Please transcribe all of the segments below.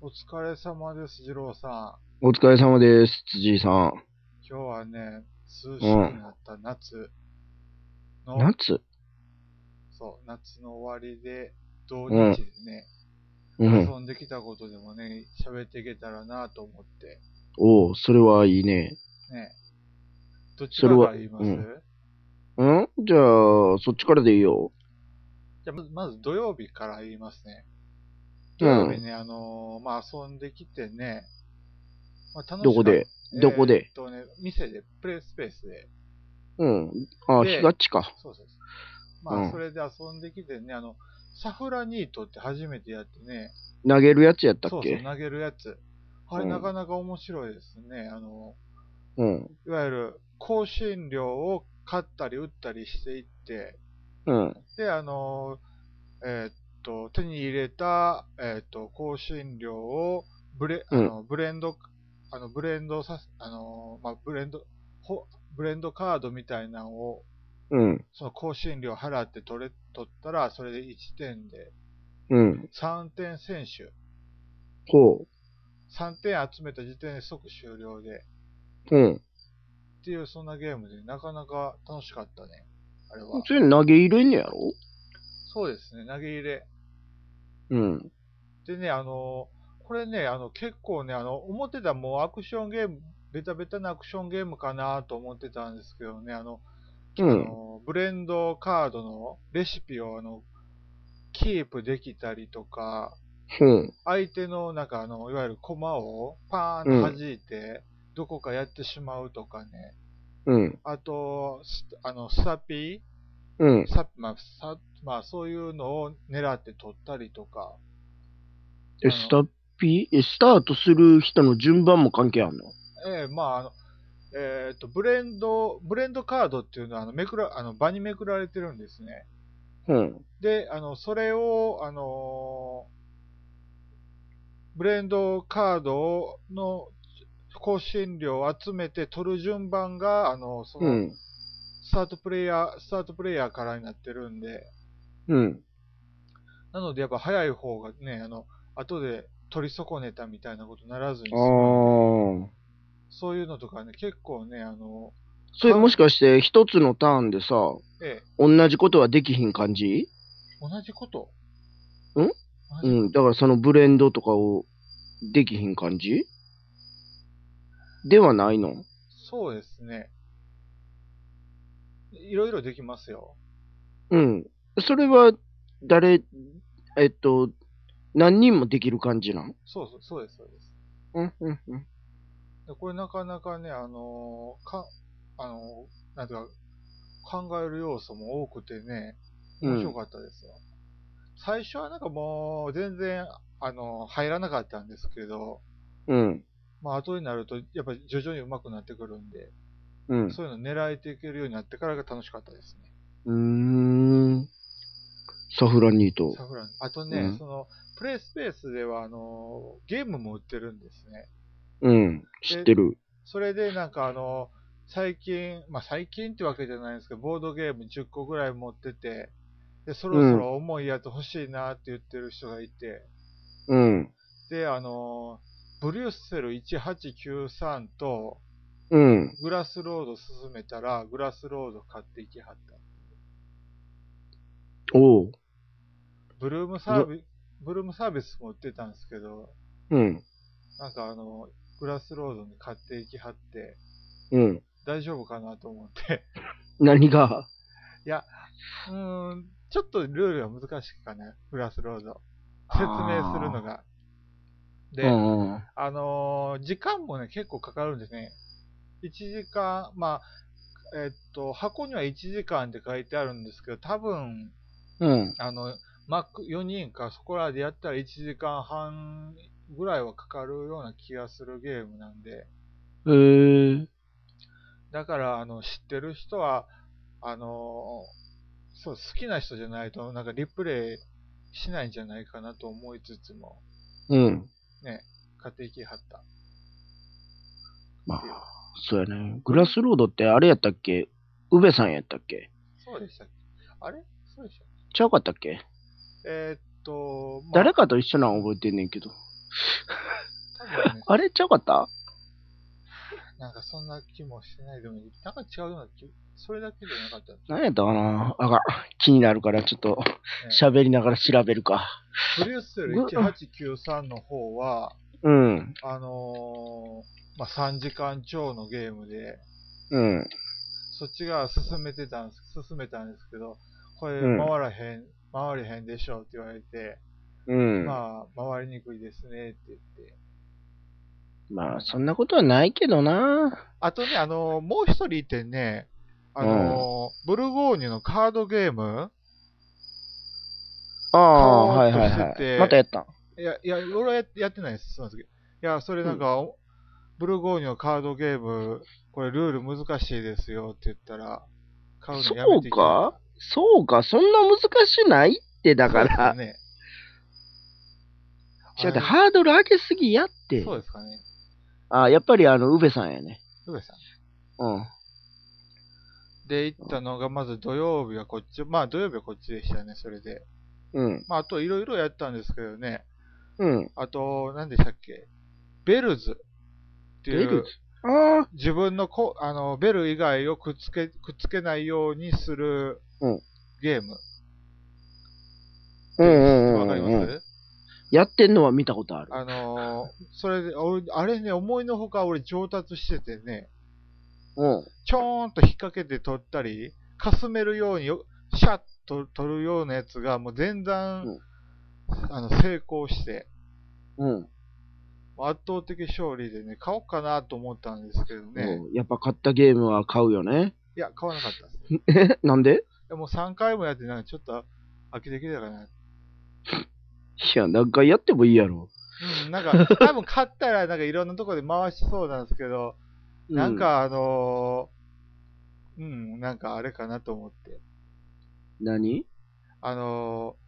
疲れ様です、二郎さお疲れ様です、辻井さん。ん。今日はね、涼しくなった夏の、夏そう、夏の終わりで、土日でね、うん。遊んできたことでもね、喋っていけたらなと思って、おう、それはいいね。ね。どっちそれかはら言います、うんんじゃあ、そっちからでいいよ。じゃあまずまず土曜日から言いますね。う土曜日ん。ね、あのーまあ、遊んできてね、まあ、楽しかったどこでどこえーでっとね、店で、プレイスペースで、うん。あ、でひがっちか。そうそうそう。まうあ、んそれで遊んできてね、あの、サフラニートって初めてやってね、投げるやつやったっそうそう、け投げるやつ。あれ、うんなかなか面白いですね。あの、うん。いわゆる、香辛料を買ったり売ったりしていって、うん。で、あの、えーっと、手に入れた、えーっと、香辛料をブレ、あの、ブレンド、あの、ブレンドさせ、あの、まあ、ブレンド、ほブレンドカードみたいなのをうん。その更新料払って取れ、取ったら、それで1点で、うん。 3点選手、ほ3点集めた時点で即終了で、う。うん。っていうそんなゲームで、なかなか楽しかったね。あれは。それ投げ入れんねやろそうですね、投げ入れ。うん。でね、あの、これね、あの、結構ね、あの、思ってたもうアクションゲーム、ベタベタなアクションゲームかなと思ってたんですけどね、あの、うあん。のブレンドカードのレシピを、あの、キープできたりとか、うん。相手の、なんかあの、いわゆる駒をパーンと弾いて、どこかやってしまうとかね。うん。あと、スあの、スタピうんー。サまあ、サまあ、そういうのを狙って取ったりとか。え、スタッピーえ、スタートする人の順番も関係あんのええまあ、あの、えーっと、ブレンド、ブレンドカードっていうのは、あの、めくら、あの、場にめくられてるんですね。うん。で、あの、それを、あのーブレンドカードの更新料を集めて取る順番が、あの、そうの、ん。スタートプレイヤー、スタートプレイヤーからになってるんで、うん。なのでやっぱ早い方がね、あの、後で取り損ねたみたいなことならずに済あむんでー。そういうのとかね、結構ね、あの、それもしかして一つのターンでさ、ええ、同じことはできひん感じ同じことん同うじん、だからそのブレンドとかをできひん感じではないのそうですね。いろいろできますよ。うん。それは、誰、えっと、何人もできる感じなんそうそう、そうです、そうです。うん、うん、うん。でこれなかなかね、あのーか、あのーなんていうか、考える要素も多くてね、うん面白かったですよ。最初はなんかもう、全然、あのー入らなかったんですけど、うん、まあ、後になると、やっぱり徐々に上手くなってくるんで、うん。うそういうの狙えていけるようになってからが楽しかったですね。ーん。サフラニート。サフラン。あとね、うんその、プレイスペースでは、あのーゲームも売ってるんですね。うん、知ってる。それでなんかあの、最近、まあ最近ってわけじゃないんですけど、ボードゲーム10個ぐらい持ってて、で、そろそろ重いやつ欲しいなって言ってる人がいて、うん、で、あの、ブリュッセル1893とうん。グラスロード進めたら、グラスロード買っていきはった。おう。ブルームサービス、ブルームサービスも売ってたんですけど、うん、なんかあの、グラスロードに買っていきはって、うん。大丈夫かなと思って。 何がいや、うーん、ちょっとルールは難しいかね、グラスロード。あー説明するのが。で、うん、うんあのー時間もね、結構かかるんですね。1時間、まあ、えっと、箱には1時間って書いてあるんですけど、多分、うん。あの、マック4人かそこらでやったら1時間半ぐらいはかかるような気がするゲームなんで、へー。だから、あの、知ってる人は、あのーそう、好きな人じゃないと、なんかリプレイしないんじゃないかなと思いつつも、うん。ね、買っていきはった。まあ、そうやね。グラスロードってあれやったっけ宇部さんやったっけそうでしたっけあれそうでしたっけちゃうかったっけえーっと、まあ誰かと一緒なん覚えてんねんけど。多分ね、あれちゃうかったなんかそんな気もしてないでも、なんか違うような気、それだけじゃなかったんですよ何やったかなあが、気になるからちょっと喋りながら調べるか。ブリュッセル1893の方は、うん、あのーまあ、3時間超のゲームで、うん。そっちが進めてたんです、進めたんですけど、これうん回らへん、回れへんでしょって言われて、うん。まあ、まあ、回りにくいですねって言って。そんなことはないけどな。あとね、あのーもう一人いてね、あのーブルゴーニュのカードゲームああ、顔をはいはい閉じはてい。またやったん。いや、いや、俺はややってないです。そうなんですけど。いや、それなんか、おブルゴーニュのカードゲーム、これルール難しいですよって言ったら、買うのやめてきたそうかそうか、そんな難しないって、だかそうら。ですね。違って、あれハードル上げすぎやってそ。うですかね。あやっぱりあの、宇部さんやね。うべさん。うん。で、行ったのが、まず土曜日はこっち、まあ土曜日はこっちでしたね、それで。うん。まああといろいろやったんですけどね。うん。あと、何でしたっけベルズっていベルうズ、ああ。自分のこあのベル以外をくっつけ、くっつけないようにするうんゲーム。うんうんわうんかりうまんす、うん。やってんのは見たことある。あのーそれで、俺、あれね、思いのほか俺上達しててね、うん。ちょーんと引っ掛けて取ったり、かすめるようによ、シャッと取るようなやつが、もう全然、うんあの、成功して、うん。圧倒的勝利でね、買おうかなと思ったんですけどね、いうんやっぱ買ったゲームは買うよね。や、買わなかったです。えなんででも3回もやって、なんかちょっと飽きてきたかな。いや、何回やってもいいやろ。うん、なんか、多分買ったら、なんかいろんなとこで回しそうなんですけど、うなん、かあのーうん、なんかあれかなと思って。何あのー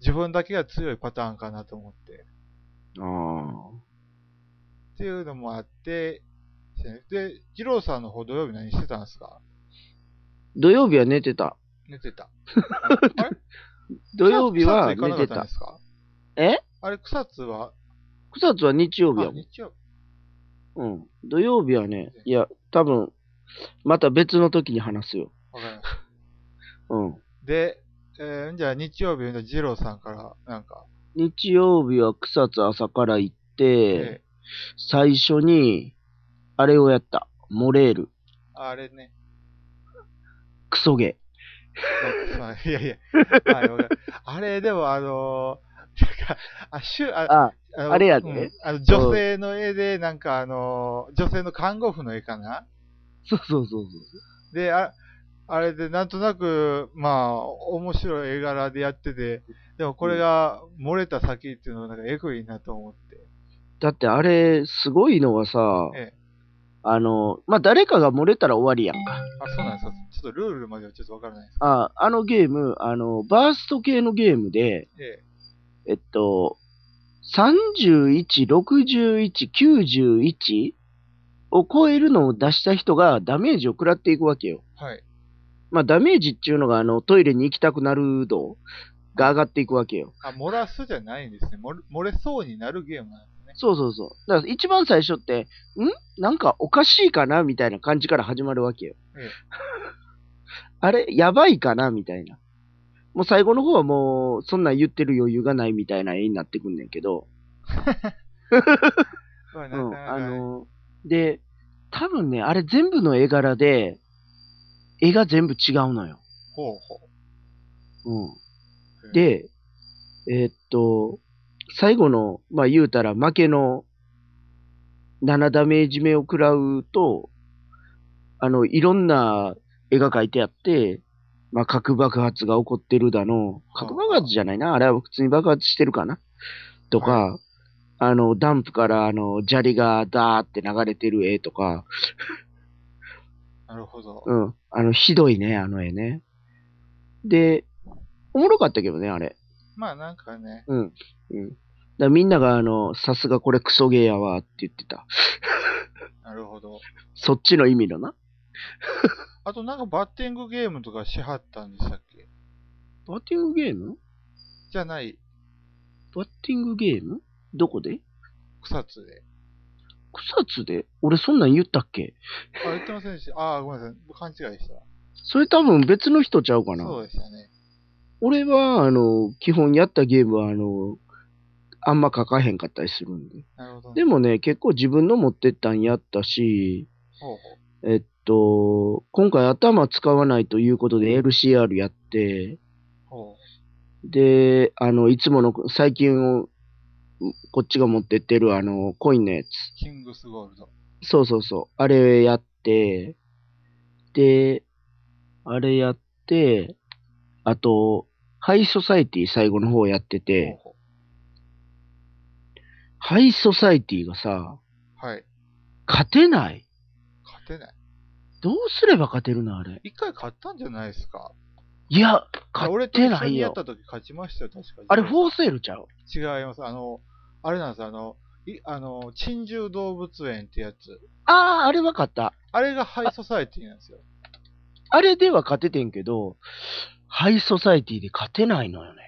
自分だけが強いパターンかなと思って。ああ。っていうのもあって、で、二郎さんの方土曜日何してたんですか土曜日は寝てた。寝て た。土曜日は草津行か寝なかってたんたで。すかえあれ、草津は草津は日曜日あやもん。日曜うん。土曜日はね、いや、多分、また別の時に話すよ。わかりましうん。た。で、えーじゃあ日曜日、二郎さんから、なんか、日曜日は草津朝から行って、え最初に、あれをやった。モレール。ーあれね、クソゲなんかさいやいや、はいわかるあれ、でもあのーなんか、あ、しゅ、あー。、あ、あのあれやでうんあの女性の絵で、なんかあのー、女性の看護婦の絵かなそうそうそうで、ああれで、なんとなく、まあ、面白い絵柄でやってて、でもこれが漏れた先っていうのは、なんかエグいなと思って。だってあれ、すごいのはさ、ええ。あの、まあ、誰かが漏れたら終わりやんか。あ、そうなんですか。ちょっとルールまではちょっとわからないですあ、あのゲーム、あの、バースト系のゲームで、けど。ええっと、31、61、91を超えるのを出した人がダメージを食らっていくわけよ。え。はい。まあ、ダメージっていうのが、あの、トイレに行きたくなる度が上がっていくわけよ。あ、漏らすじゃないんですね。漏れ漏れそうになるゲームなんですね。そうそうそう。だから一番最初って、んなんかおかしいかなみたいな感じから始まるわけよ。ええ あれやばいかなみたいな。もう最後の方はもう、そんなん言ってる余裕がないみたいな絵になってくんねんけど。まあなかうん。なかあの、で、多分ね、あれ全部の絵柄で、絵が全部違うのよ。ほうほうん。う。ええ、で、えーっと、最後の、まあ言うたら負けの7ダメージ目を食らうと、あの、いろんな絵が描いてあって、まあ核爆発が起こってるだの、はあ核爆発じゃないな、あれは普通に爆発してるかなとか、あの、ダンプからあの、砂利がダーって流れてる絵とか、なるほど。うん、あの、ひどいね、あの絵ね。で、おもろかったけどね、あれ。まあなんかね、うん。うん。だからみんなが、あの、さすがこれクソゲーやわって言ってた。なるほど。そっちの意味のな。あとなんかバッティングゲームとかしはったんでしたっけバッティングゲームじゃない。バッティングゲームどこで草津で。草津で俺そんなん言ったっけあ、言ってませんでした。あーごめんなさい。勘違いでした。それ多分別の人ちゃうかな。そうでしたね。俺は、あの、基本やったゲームは、あの、あんま書かへんかったりするんで。なるほど、ね。でもね、結構自分の持ってったんやったし、ほうえっと、今回頭使わないということで LCR やって、ほう。ほで、あの、いつもの、最近を、こっちが持ってってる、あの、コインのやつ。う。キングスゴールド。そうそうそう。あれやって、で、あれやって、あと、ハイソサイティ最後の方やってて、ほうほハイソサイティがさ、う。はい。勝てない。勝てない。どうすれば勝てるのあれ。一回勝ったんじゃないですか。いや、いや勝俺っとて一な緒いにやっよ。た時勝ちましたよ、確かに。あれ、フォーセールちゃう違います。あの、あれなんです。あの、いあの、珍獣動物園ってやつ。ああ、あれは勝った。あれがハイソサイティなんですよ。あれでは勝ててんけど、ハイソサイティで勝てないのよね。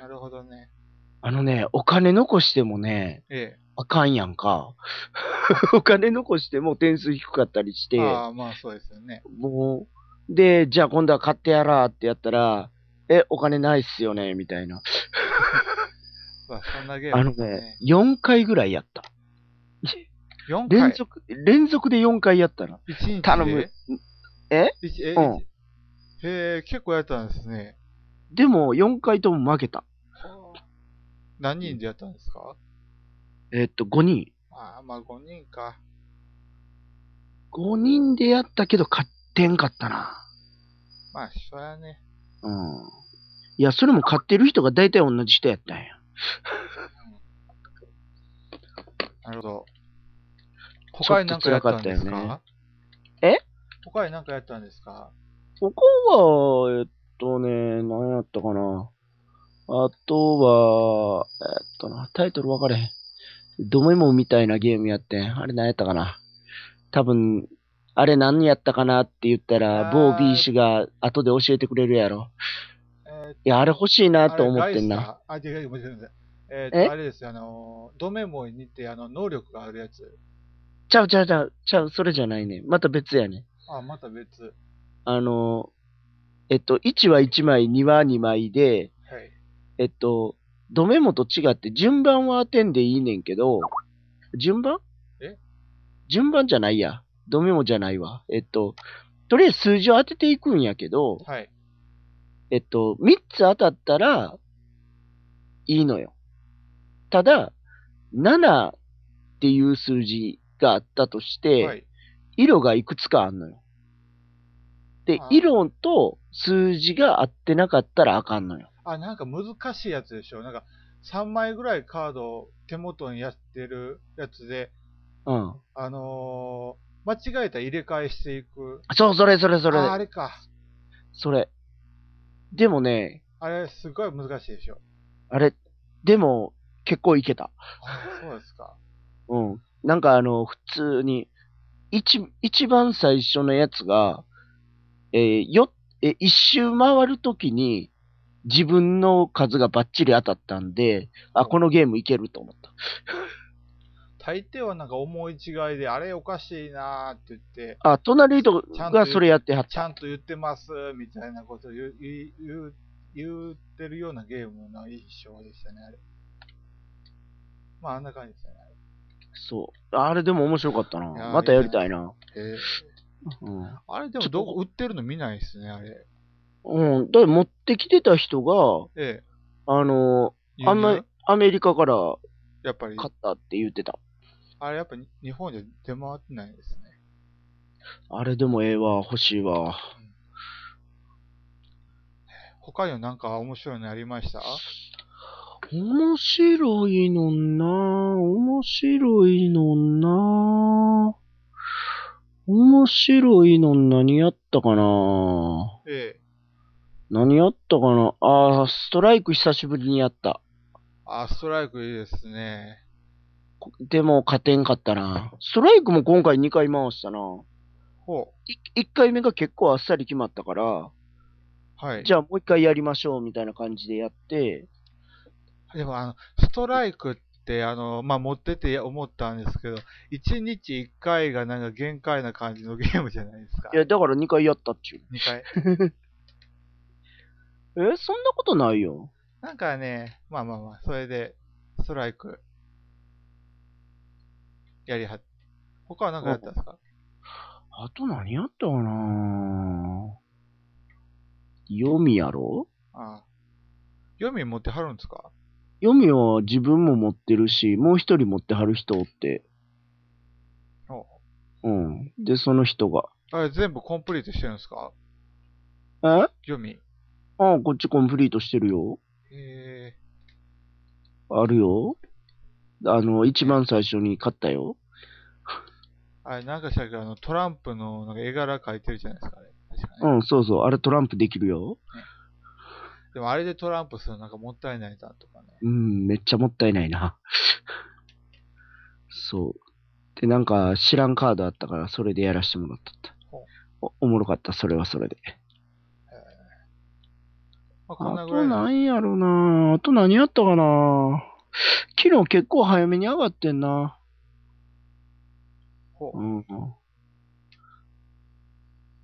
なるほどね。あのね、お金残してもね、えあかんやんか。 お金残しても点数低かったりしてえ。、ああ、まあそうですよね。もう、で、じゃあ今度は買ってやらーってやったら、え、お金ないっすよね、みたいな。まあそんなゲーあムのですねね。、 4回ぐらいやった。 4連回。続、連続で4回やったな。一日で頼む。え一え、うん一へえ、結構やったんですね。でも、4回とも負けた。何人でやったんですかえっと、5人。ああ、まあ5人か。 5人でやったけど、勝ってんかったな。まあ、そりゃね。うん。いや、それも買ってる人が大体同じ人やったんや。なるほど。他に何かやったんですちょっと辛かかえ他に何かやったんですかここは、えっとね、何やったかな。あとは、えっとな、タイトル分かれへん。ドメモみたいなゲームやってん。あれ何やったかな。多分、あれ何やったかなって言ったら、あー某 B 氏が後で教えてくれるやろ。えーいや、あれ欲しいなと思ってんな。あれ、ガイスターあ違う違う、ごめんなさい。ええー、と、あれですよ、あのー、ドメモにて、あの、能力があるやつ。ちゃうちゃうちゃう、ちゃう、それじゃないね。また別やね。あ、また別。はあの、えっと、1は1枚、2は2枚で、い。えっと、ドメモと違って順番は当てんでいいねんけど、順番え順番じゃないや。ドメモじゃないわ。えっと、とりあえず数字を当てていくんやけど、はい。えっと、3つ当たったら、いいのよ。ただ、7っていう数字があったとして、はい。色がいくつかあんのよ。であ、ー色と数字が合ってなかったらあかんのよ。あ、なんか難しいやつでしょ。なんか、3枚ぐらいカードを手元にやってるやつで、うん。あのー、間違えたら入れ替えしていく。そう、それそれそれ。あ、あれか。それ。でもね、あれ、すごい難しいでしょ。あれ、でも、結構いけた。あそうですか。 うん。なんかあの、普通に、一、一番最初のやつが、えーよ、えー一周回るときに、自分の数がバッチリ当たったんで、あ、このゲームいけると思った。大抵はなんか思い違いで、あれおかしいなーって言って、あ、隣人ちゃんと言がうそれやってはっちゃた。んと言ってますみたいなことを言う言う言う言ってるようなゲームの印象でしたね、あれ。まあ、あんな感じですよね。そう。あれでも面白かったな。いやまたやりたいな。えうん。あれでもどこ売ってるの見ないですね、あれ。うん。だから持ってきてた人が、えあの、え。あんま輸り入アメリカからやっぱり、買ったって言ってた。あれやっぱり日本じゃ出回ってないですね。あれでもええわ、欲しいわ。他にはなんか面白いのありました面白いのんな面白いのんな面白いのん何やったかなええ。何やったかなあー、ストライク久しぶりにやった。あ、ストライクいいですね。こでも勝てんかったな。ストライクも今回2回回したな。ほ1回目が結構あっさり決まったから、う。はい。じゃあもう1回やりましょうみたいな感じでやって、でもあの、ストライクって、あの、まあ、持ってて思ったんですけど、1日1回がなんか限界な感じのゲームじゃないですかい。や、だから2回やったっちゅう。 2回。えーそんなことないよ。なんかね、まあまあまあ、それで、ストライク、やりはっ、他は何かやったんですかあと何やったかな読みやろああ。読み持ってはるんですか読みは自分も持ってるし、もう一人持ってはる人おって。おうん。で、その人が。あれ全部コンプリートしてるんですかえあ読み。あ、こっちコンプリートしてるよ。ええあるよ。あの、一番最初に買ったよ。あれ、なんかしたけど、あの、トランプのなんか絵柄描いてるじゃないですか、ね。確かね。うん、そうそう。あれトランプできるよ。でもあれでトランプするのなんかもったいないなとかね。うん、めっちゃもったいないな。 そう。で、なんか知らんカードあったから、それでやらしてもらったったほうお。おもろかった、それはそれで。まあ、こんなあぐらといの何やろなあと何やったかな昨日結構早めに上がってんな。ほううん。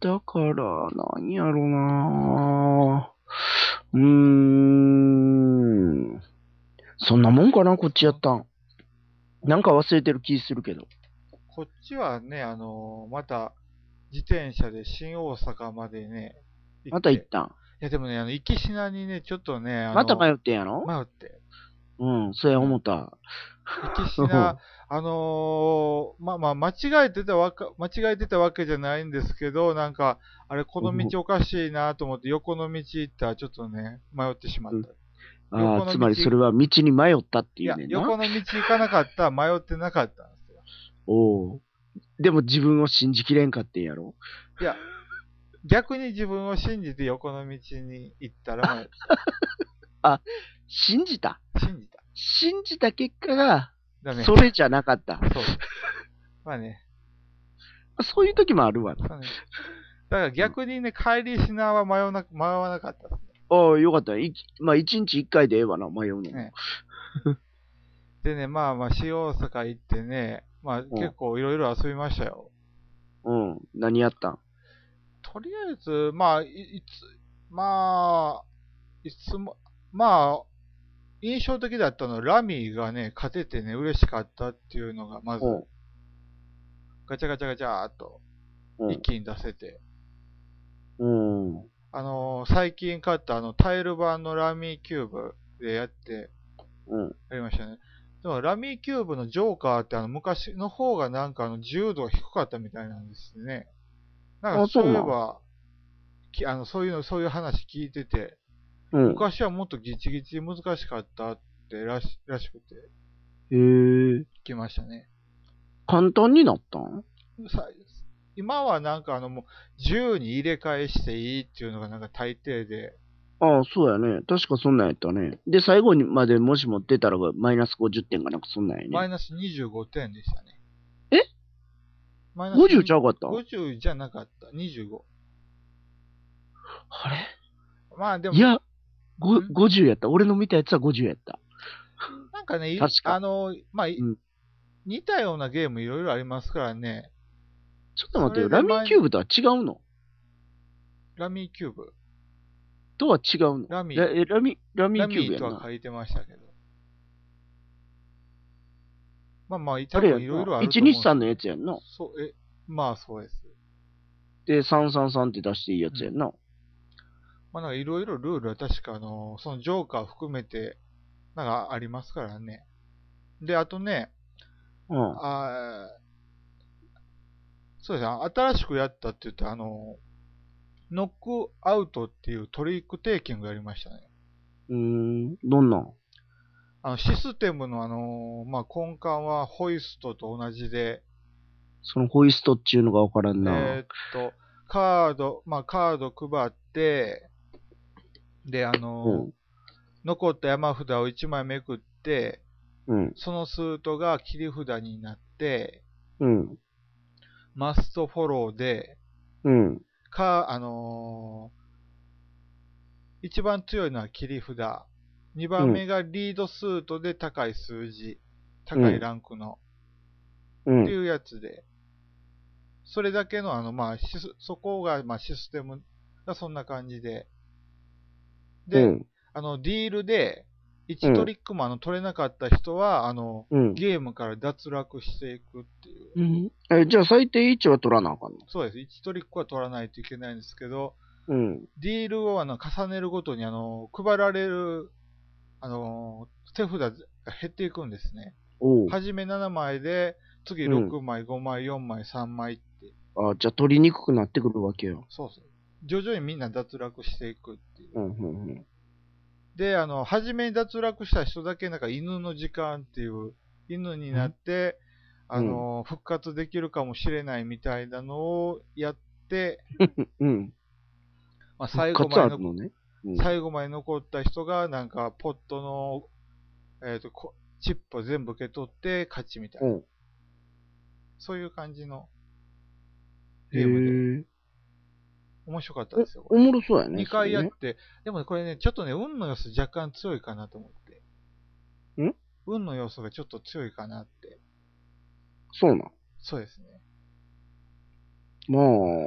だから、何やろなうーん。そんなもんかな、こっちやったん。なんか忘れてる気するけど。こっちはね、あのーまた、自転車で新大阪までね、行まってた行ったん。いや、でもね、あの、行きしなにね、ちょっとね、あのまた迷ってんやろ、迷って。うん、そうや思った。行きしな、あのーまあまあ、間違えてたわか、間違えてたわけじゃないんですけど、なんか、あれ、この道おかしいなと思って、横の道行ったら、ちょっとね、迷ってしまった。横のああ、道つまりそれは道に迷ったっていいうや、ねんな。横の道行かなかったら迷ってなかったんですよ。おうでも自分を信じきれんかってんやろいや、逆に自分を信じて横の道に行ったら迷っ信じたた、信じた。信じた結果が、だね。それじゃなかった。そう。まあね。そういう時もあるわな。そうねだから逆にね、帰りしなは迷わな迷わなかったですね。ああ、よかった。いまあ、一日一回でええわな、迷うの。ねでね、まあまあ、新大阪行ってね、まあ結構いろいろ遊びましたよ。うん。何やったんとりあえず、まあ、いいつ、まあ、いつも、まあ、印象的だったのは、ラミーがね、勝ててね、嬉しかったっていうのが、まず、うん。ガチャガチャガチャーっと、う一ん気に出せて。うん。うん。あのー最近買ったあの、タイル版のラミーキューブでやって、うん。やりましたね。でも、ラミーキューブのジョーカーって、あの、昔の方がなんか、あの、自由度が低かったみたいなんですね。なんあか、そそううないんえば、きあの、そういうの、そういう話聞いてて、昔はもっとギチギチ難しかったってらしらしくて、へえ。聞きましたね。簡単になったんさ今はなんかあのもう自由に入れ替えしていいっていうのがなんか大抵で、ああ、そうやね。確かそんなんやったね。で、最後にまでもし持ってたらマイナス50点がなんかそんなんやマね。イナス25点でしたね。えマイナス50ちゃうかった ?50 じゃなかった。25。あれまあでもい、や、ごん50やった。俺の見たやつは50やった。なんかね、い確かあの、まあ、いうん似たようなゲームいろいろありますからね。ちょっと待ってよ。それラでミ前ーキューブとは違うのラミーキューブ。とは違うのラミーラえラミラミラーキュミーーブやとんはな。書いてましたけど。まあまあ、多あれや分んいろいろあな。ると一思う。日三のやつやんな。そう、え、まあそうです。で、三三三って出していいやつやんな。まあなんかいろいろルールは確かあの、そのジョーカー含めて、なんかありますからね。で、あとね、うん。あーそうですね、新しくやったって言ったらあの、ノックアウトっていうトリックテイキングやりましたね。うーん、どんなんあの、システムのあの、まあ、根幹はホイストと同じで、そのホイストっちゅうのがわからんな。えーっと、カード、まあ、カード配って、で、あの、うん。残った山札を1枚めくって、うん。そのスートが切り札になって、うん。マストフォローで、うん。か、あのー一番強いのは切り札。二番目がリードスートで高い数字。高いランクの、うってん。いうやつで、それだけの、あの、まあ、シスそこが、まあ、システムがそんな感じで、うで、ん。あの、ディールで、う1んトリックマンの取れなかった人は、あの、うん。ゲームから脱落していくっていう。うんえじゃあ最低位置は取らなあかんのそうです。1トリックは取らないといけないんですけど、うん。ディールをあの重ねるごとにあの配られるあの手札が減っていくんですね。おう。はじめ7枚で、次うん6枚、5枚、4枚、3枚って、あじゃあ取りにくくなってくるわけよ。そうそう。徐々にみんな脱落していくっていう。うん、うん、うん。で、あの、初めに脱落した人だけ、なんか犬の時間っていう、犬になって、んあの、復活できるかもしれないみたいなのをやって、うん。まあ、最後復まで活残あるのね。うん最後まで残った人が、なんか、ポットの、えっ、と、こチップを全部受け取って勝ちみたいな。うん。そういう感じのへゲームで、え。面白かったですよ。おもろそうやね。 2回やっそれねて、でもねこれね、ちょっとね、運の要素若干強いかなと思って。ん運の要素がちょっと強いかなって。そうなん。そうですね。ま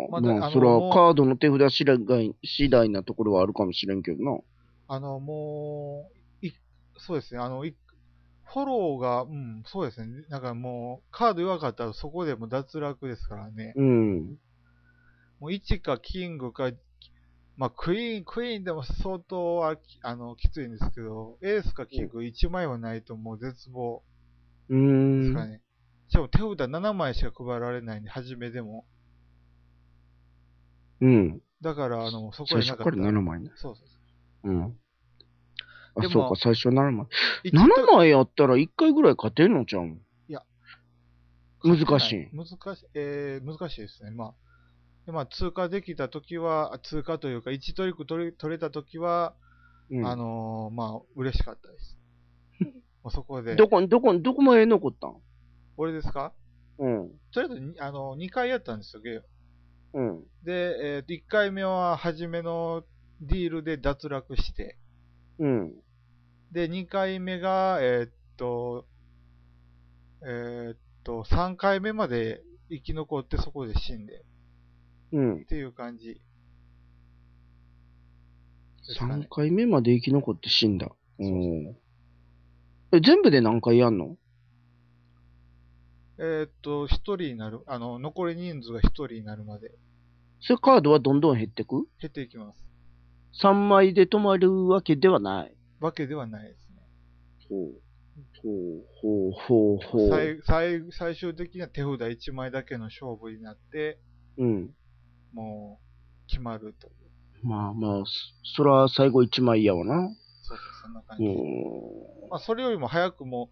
まあ、だまああ、のそれもはうカードの手札次第次第なところはあるかもしれんけどな。あの、もう、い、そうですね、あの、いフォローが、うん、そうですね。なんかもう、カード弱かったらそこでもう脱落ですからね。うん。もう1かキングか、まあクイーン、クイーンでも相当あきあのきついんですけど、エースかキング1枚はないともう絶望うーですん。からね。しかも手札7枚しか配られないんで、初めでも。うん。だから、あの、そこ最にな初かかった。ら7枚ね。そうそうそう。うん。あで、もそうか、最初7枚。一と7枚やったら1回ぐらい勝てんのちゃうんいや。難しい。難しい、えー難しいですね。まあ。でまあ、通過できたときは、あ通過というか、1トリック取れ取れたときは、うんあのーまあ、嬉しかった です。もうそこで。どこ、どこ、どこまで残ったん俺ですかうん。とりあえずに、あの、2回やったんですよ、ゲーム。うん。で、えーと、1回目は初めのディールで脱落して、うん。で、2回目が、えーっと、えーっと、3回目まで生き残ってそこで死んで、うんっ。ていう感じですか3ね。回目まで生き残って死んだ。うそうそん。え、全部で何回やんのえーっと、1人になる、あの、残り人数が1人になるまでそれカードはどんどん減ってく減っていきます。 ?3 枚で止まるわけではない。わけではないですね。ほう。ほう、ほう、ほう、ほう。最最最終的には手札1枚だけの勝負になって、うん。もう、決まるという。まあまあ、そそら最後1枚やわな。そうそう、そんな感うじ。ん。まあ、それよりも早くも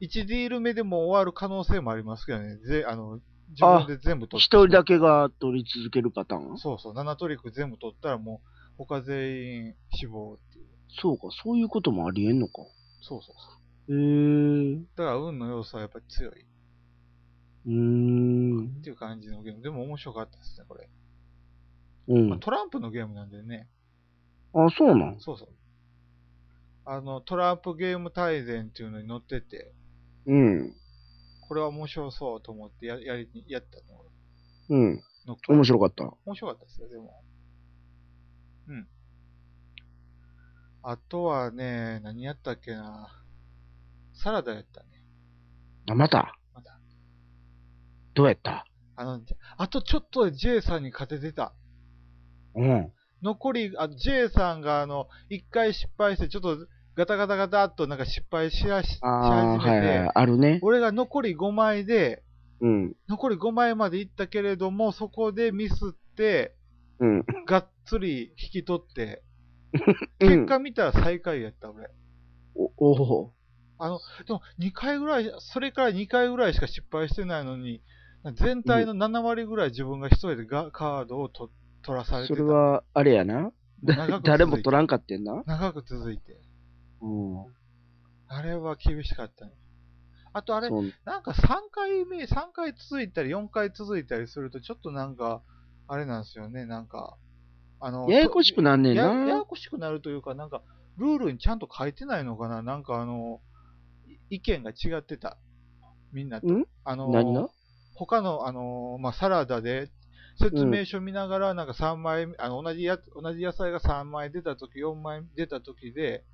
う、1ディール目でも終わる可能性もありますけどね。ぜあの自分で全部取一って。人だけが取り続けるパターンそうそう、7トリック全部取ったらもう、他全員死亡っていう。そうか、そういうこともありえんのか。そうそうそう。へえ。うだから運の要素はやっぱり強いっーん。ていう感じのゲーム。でも面白かったですね、これ。うまあ、ん。トランプのゲームなんでね。あ、そうなん。そうそう。あの、トランプゲーム大全っていうのに載ってて、うん。これは面白そうと思ってややりにやったの。うん。の面白かった。面白かったですよ、でも。うん。あとはね、何やったっけな。サラダやったね。あ、またまた。どうやったあの、あとちょっとで J さんに勝ててた。うん。残り、あ J さんがあの、一回失敗して、ちょっとガタガタガタっとなんか失敗しやししああ始ー、めはて、いはい。あるね。俺が残り5枚で、うん。残り5枚まで行ったけれども、そこでミスって、うん。がっつり引き取って、う結ん。果見たら最下位やった、俺。お、おーあの、でも2回ぐらい、それから2回ぐらいしか失敗してないのに、全体の7割ぐらい自分が一人でがカードをと取らされてそた。れは、あれやな。長く続いて誰も取らんかってんな。長く続いて。うん。あれは厳しかったね。あとあれ、そうなんか3回目、3回続いたり4回続いたりすると、ちょっとなんか、あれなんですよね、なんか、あの、ややこしくなんねんやややな。こしくなるというか、なんか、ルールにちゃんと書いてないのかな、なんかあの、い意見が違ってた。みんなとん。あのー何が他の、あのーまあ、サラダで、説明書見ながら、なんか3枚、あの同じや、同じ野菜が3枚出たとき、4枚出たときで、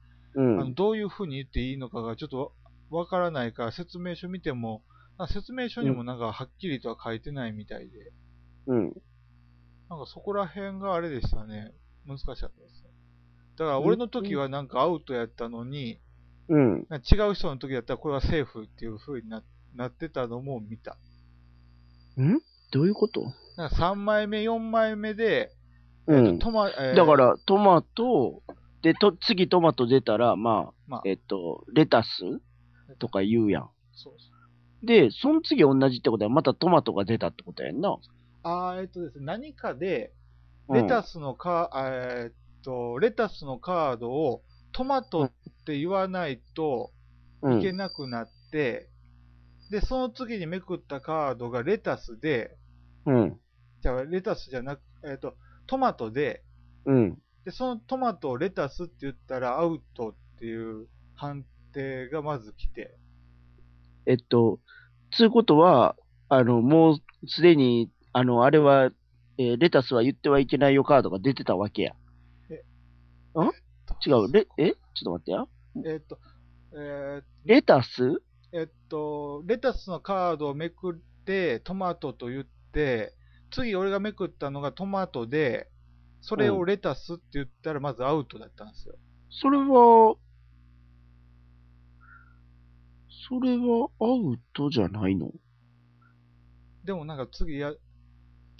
あうのん。どういうふうに言っていいのかがちょっとわわからないから、説明書見ても、なんか説明書にもなんかはっきりとは書いてないみたいで、うん。なんかそこら辺があれでしたね。難しかったですね。だから俺の時はなんかアウトやったのに、うん。なんか違う人の時だったらこれはセーフっていう風にななってたのも見た。んどういうことなんか3枚目、4枚目で、うん。トマ、えーだか、ら、トマト、で、と、次トマト出たら、ままああ、えっと、レタスとか言うやん。そうそうで、その次同じってことは、またトマトが出たってことやんな。あーえっとですね、何かで、うんレタスのカー、えーっと、レタスのカードをトマトって言わないとういけん。なくなって、で、その次にめくったカードがレタスで、うん。じゃあレタスじゃなく、えーっと、トマトで、うん。で、そのトマトをレタスって言ったらアウトっていう判定がまず来て、えっと、つうことは、あの、もうすでに、あの、あれは、えーレタスは言ってはいけないよカードが出てたわけや。違う。レ、えちょっと待ってや。えーっと、えーっとレタスえっと、レタスのカードをめくって、トマトと言って、次俺がめくったのがトマトで、それをレタスって言ったらまずアウトだったんですよ。それは、それはアウトじゃないのでもなんか次や、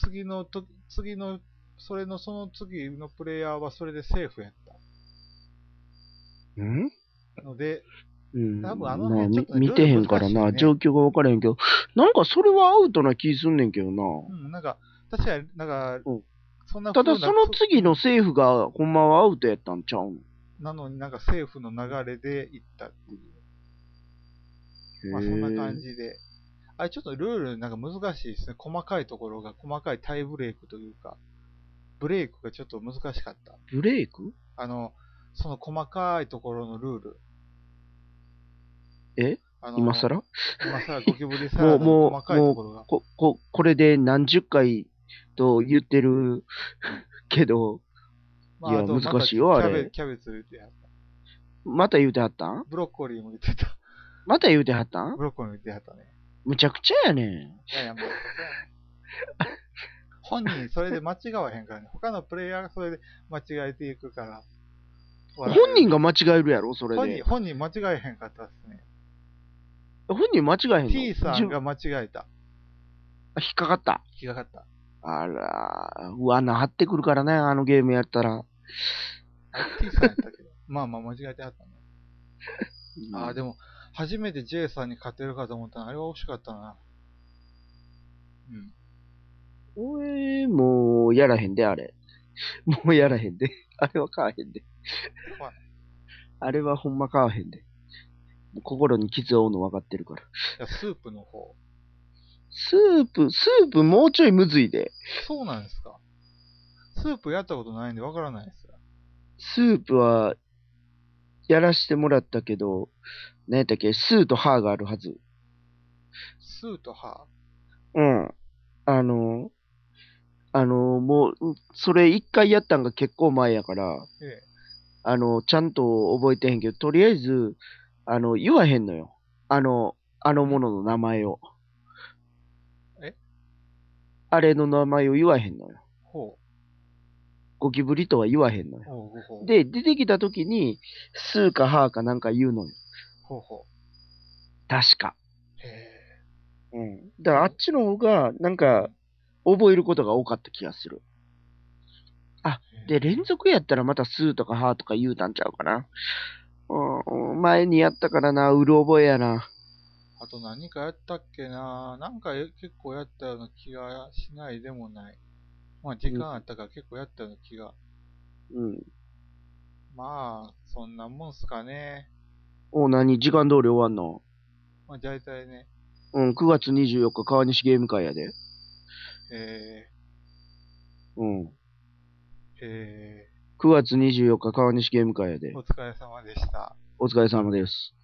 次のと、次の、それのその次のプレイヤーはそれでセーフやっんた。ので、うん。多分あの辺まちあょっとねみ見てへんからルール難しいな、ね状況が分からへんけど、なんかそれはアウトな気すんねんけどな。うん、なんか、確かになんかうん、そんなた風だなその次の政府がほんまはアウトやったんちゃうなのになんかセーフの流れで行ったっていう。まのあ、そんな感へじで。あれ、ちょっとルールなんか難しいですね。細かいところが、細かいタイブレイクというか、ブレイクがちょっと難しかった。ーブレイクあの、その細かいところのルール。えあの今更今更ゴキブリサラダのもうもう細かいところが。こ、こ、これで何十回と言ってる けど、まいやあ、あとまた難しいよあれキャベキャベツ入れてやった。また言うてはったんブロッコリーも入れてた。 また言うてはったんブロッコリーも入れてやったね。むちゃくちゃやねん。いやいや、もう。本人それで間違わへんからね。他のプレイヤーがそれで間違えていくから。本人が間違えるやろそれ本人で。本人間違えへんかったですね。本人間違えへんの T さ自ん分が間違えた。あ引っかかった。引っかかった。あらー、罠張ってくるからね、あのゲームやったら。あれ T さんやったけど。 まあまあ間違えてはったね。ああ、も。でも、初めて J さんに勝てるかと思ったのあれは惜しかったな。うん。俺、もう、やらへんで、あれ。 もうやらへんで。あれは買わへんでまあ。あれはほんま買わへんで。心に傷を負うの分かってるから。いや、スープの方。スープ、スープもうちょいむずいで。そうなんですか。スープやったことないんでわからないです。スープは、やらしてもらったけど、何やったっけ、スーとハーがあるはず。スーとハうん。あの、あの、もう、それ一回やったんが結構前やから、ー。ええ。あの、ちゃんと覚えてへんけど、とりあえず、あの、言わへんのよ。あの、あのものの名前を。えあれの名前を言わへんのよ。ほゴキブリとは言わへんのう。よ。ほうほうほう。で、出てきた時に、スーかハーかなんか言うのよ。ほうほ確か。う。へえ。うん。だからあっちの方が、なんか、覚えることが多かった気がする。で、連続やったらまたスーとかハーとか言うたんちゃうかな。うん、前にやったからな、うる覚えやな。あと何かやったっけななんか結構やったような気がしないでもない。まあ時間あったから結構やったような気が。うん。まあ、そんなもんすかね。お、何時間通り終わんのまあ大体ね、うん、9月24日、川西ゲーム会やで。えうん。ー、え9月24日、川西ゲーム会やでー、お。疲れ様でした。お疲れ様です。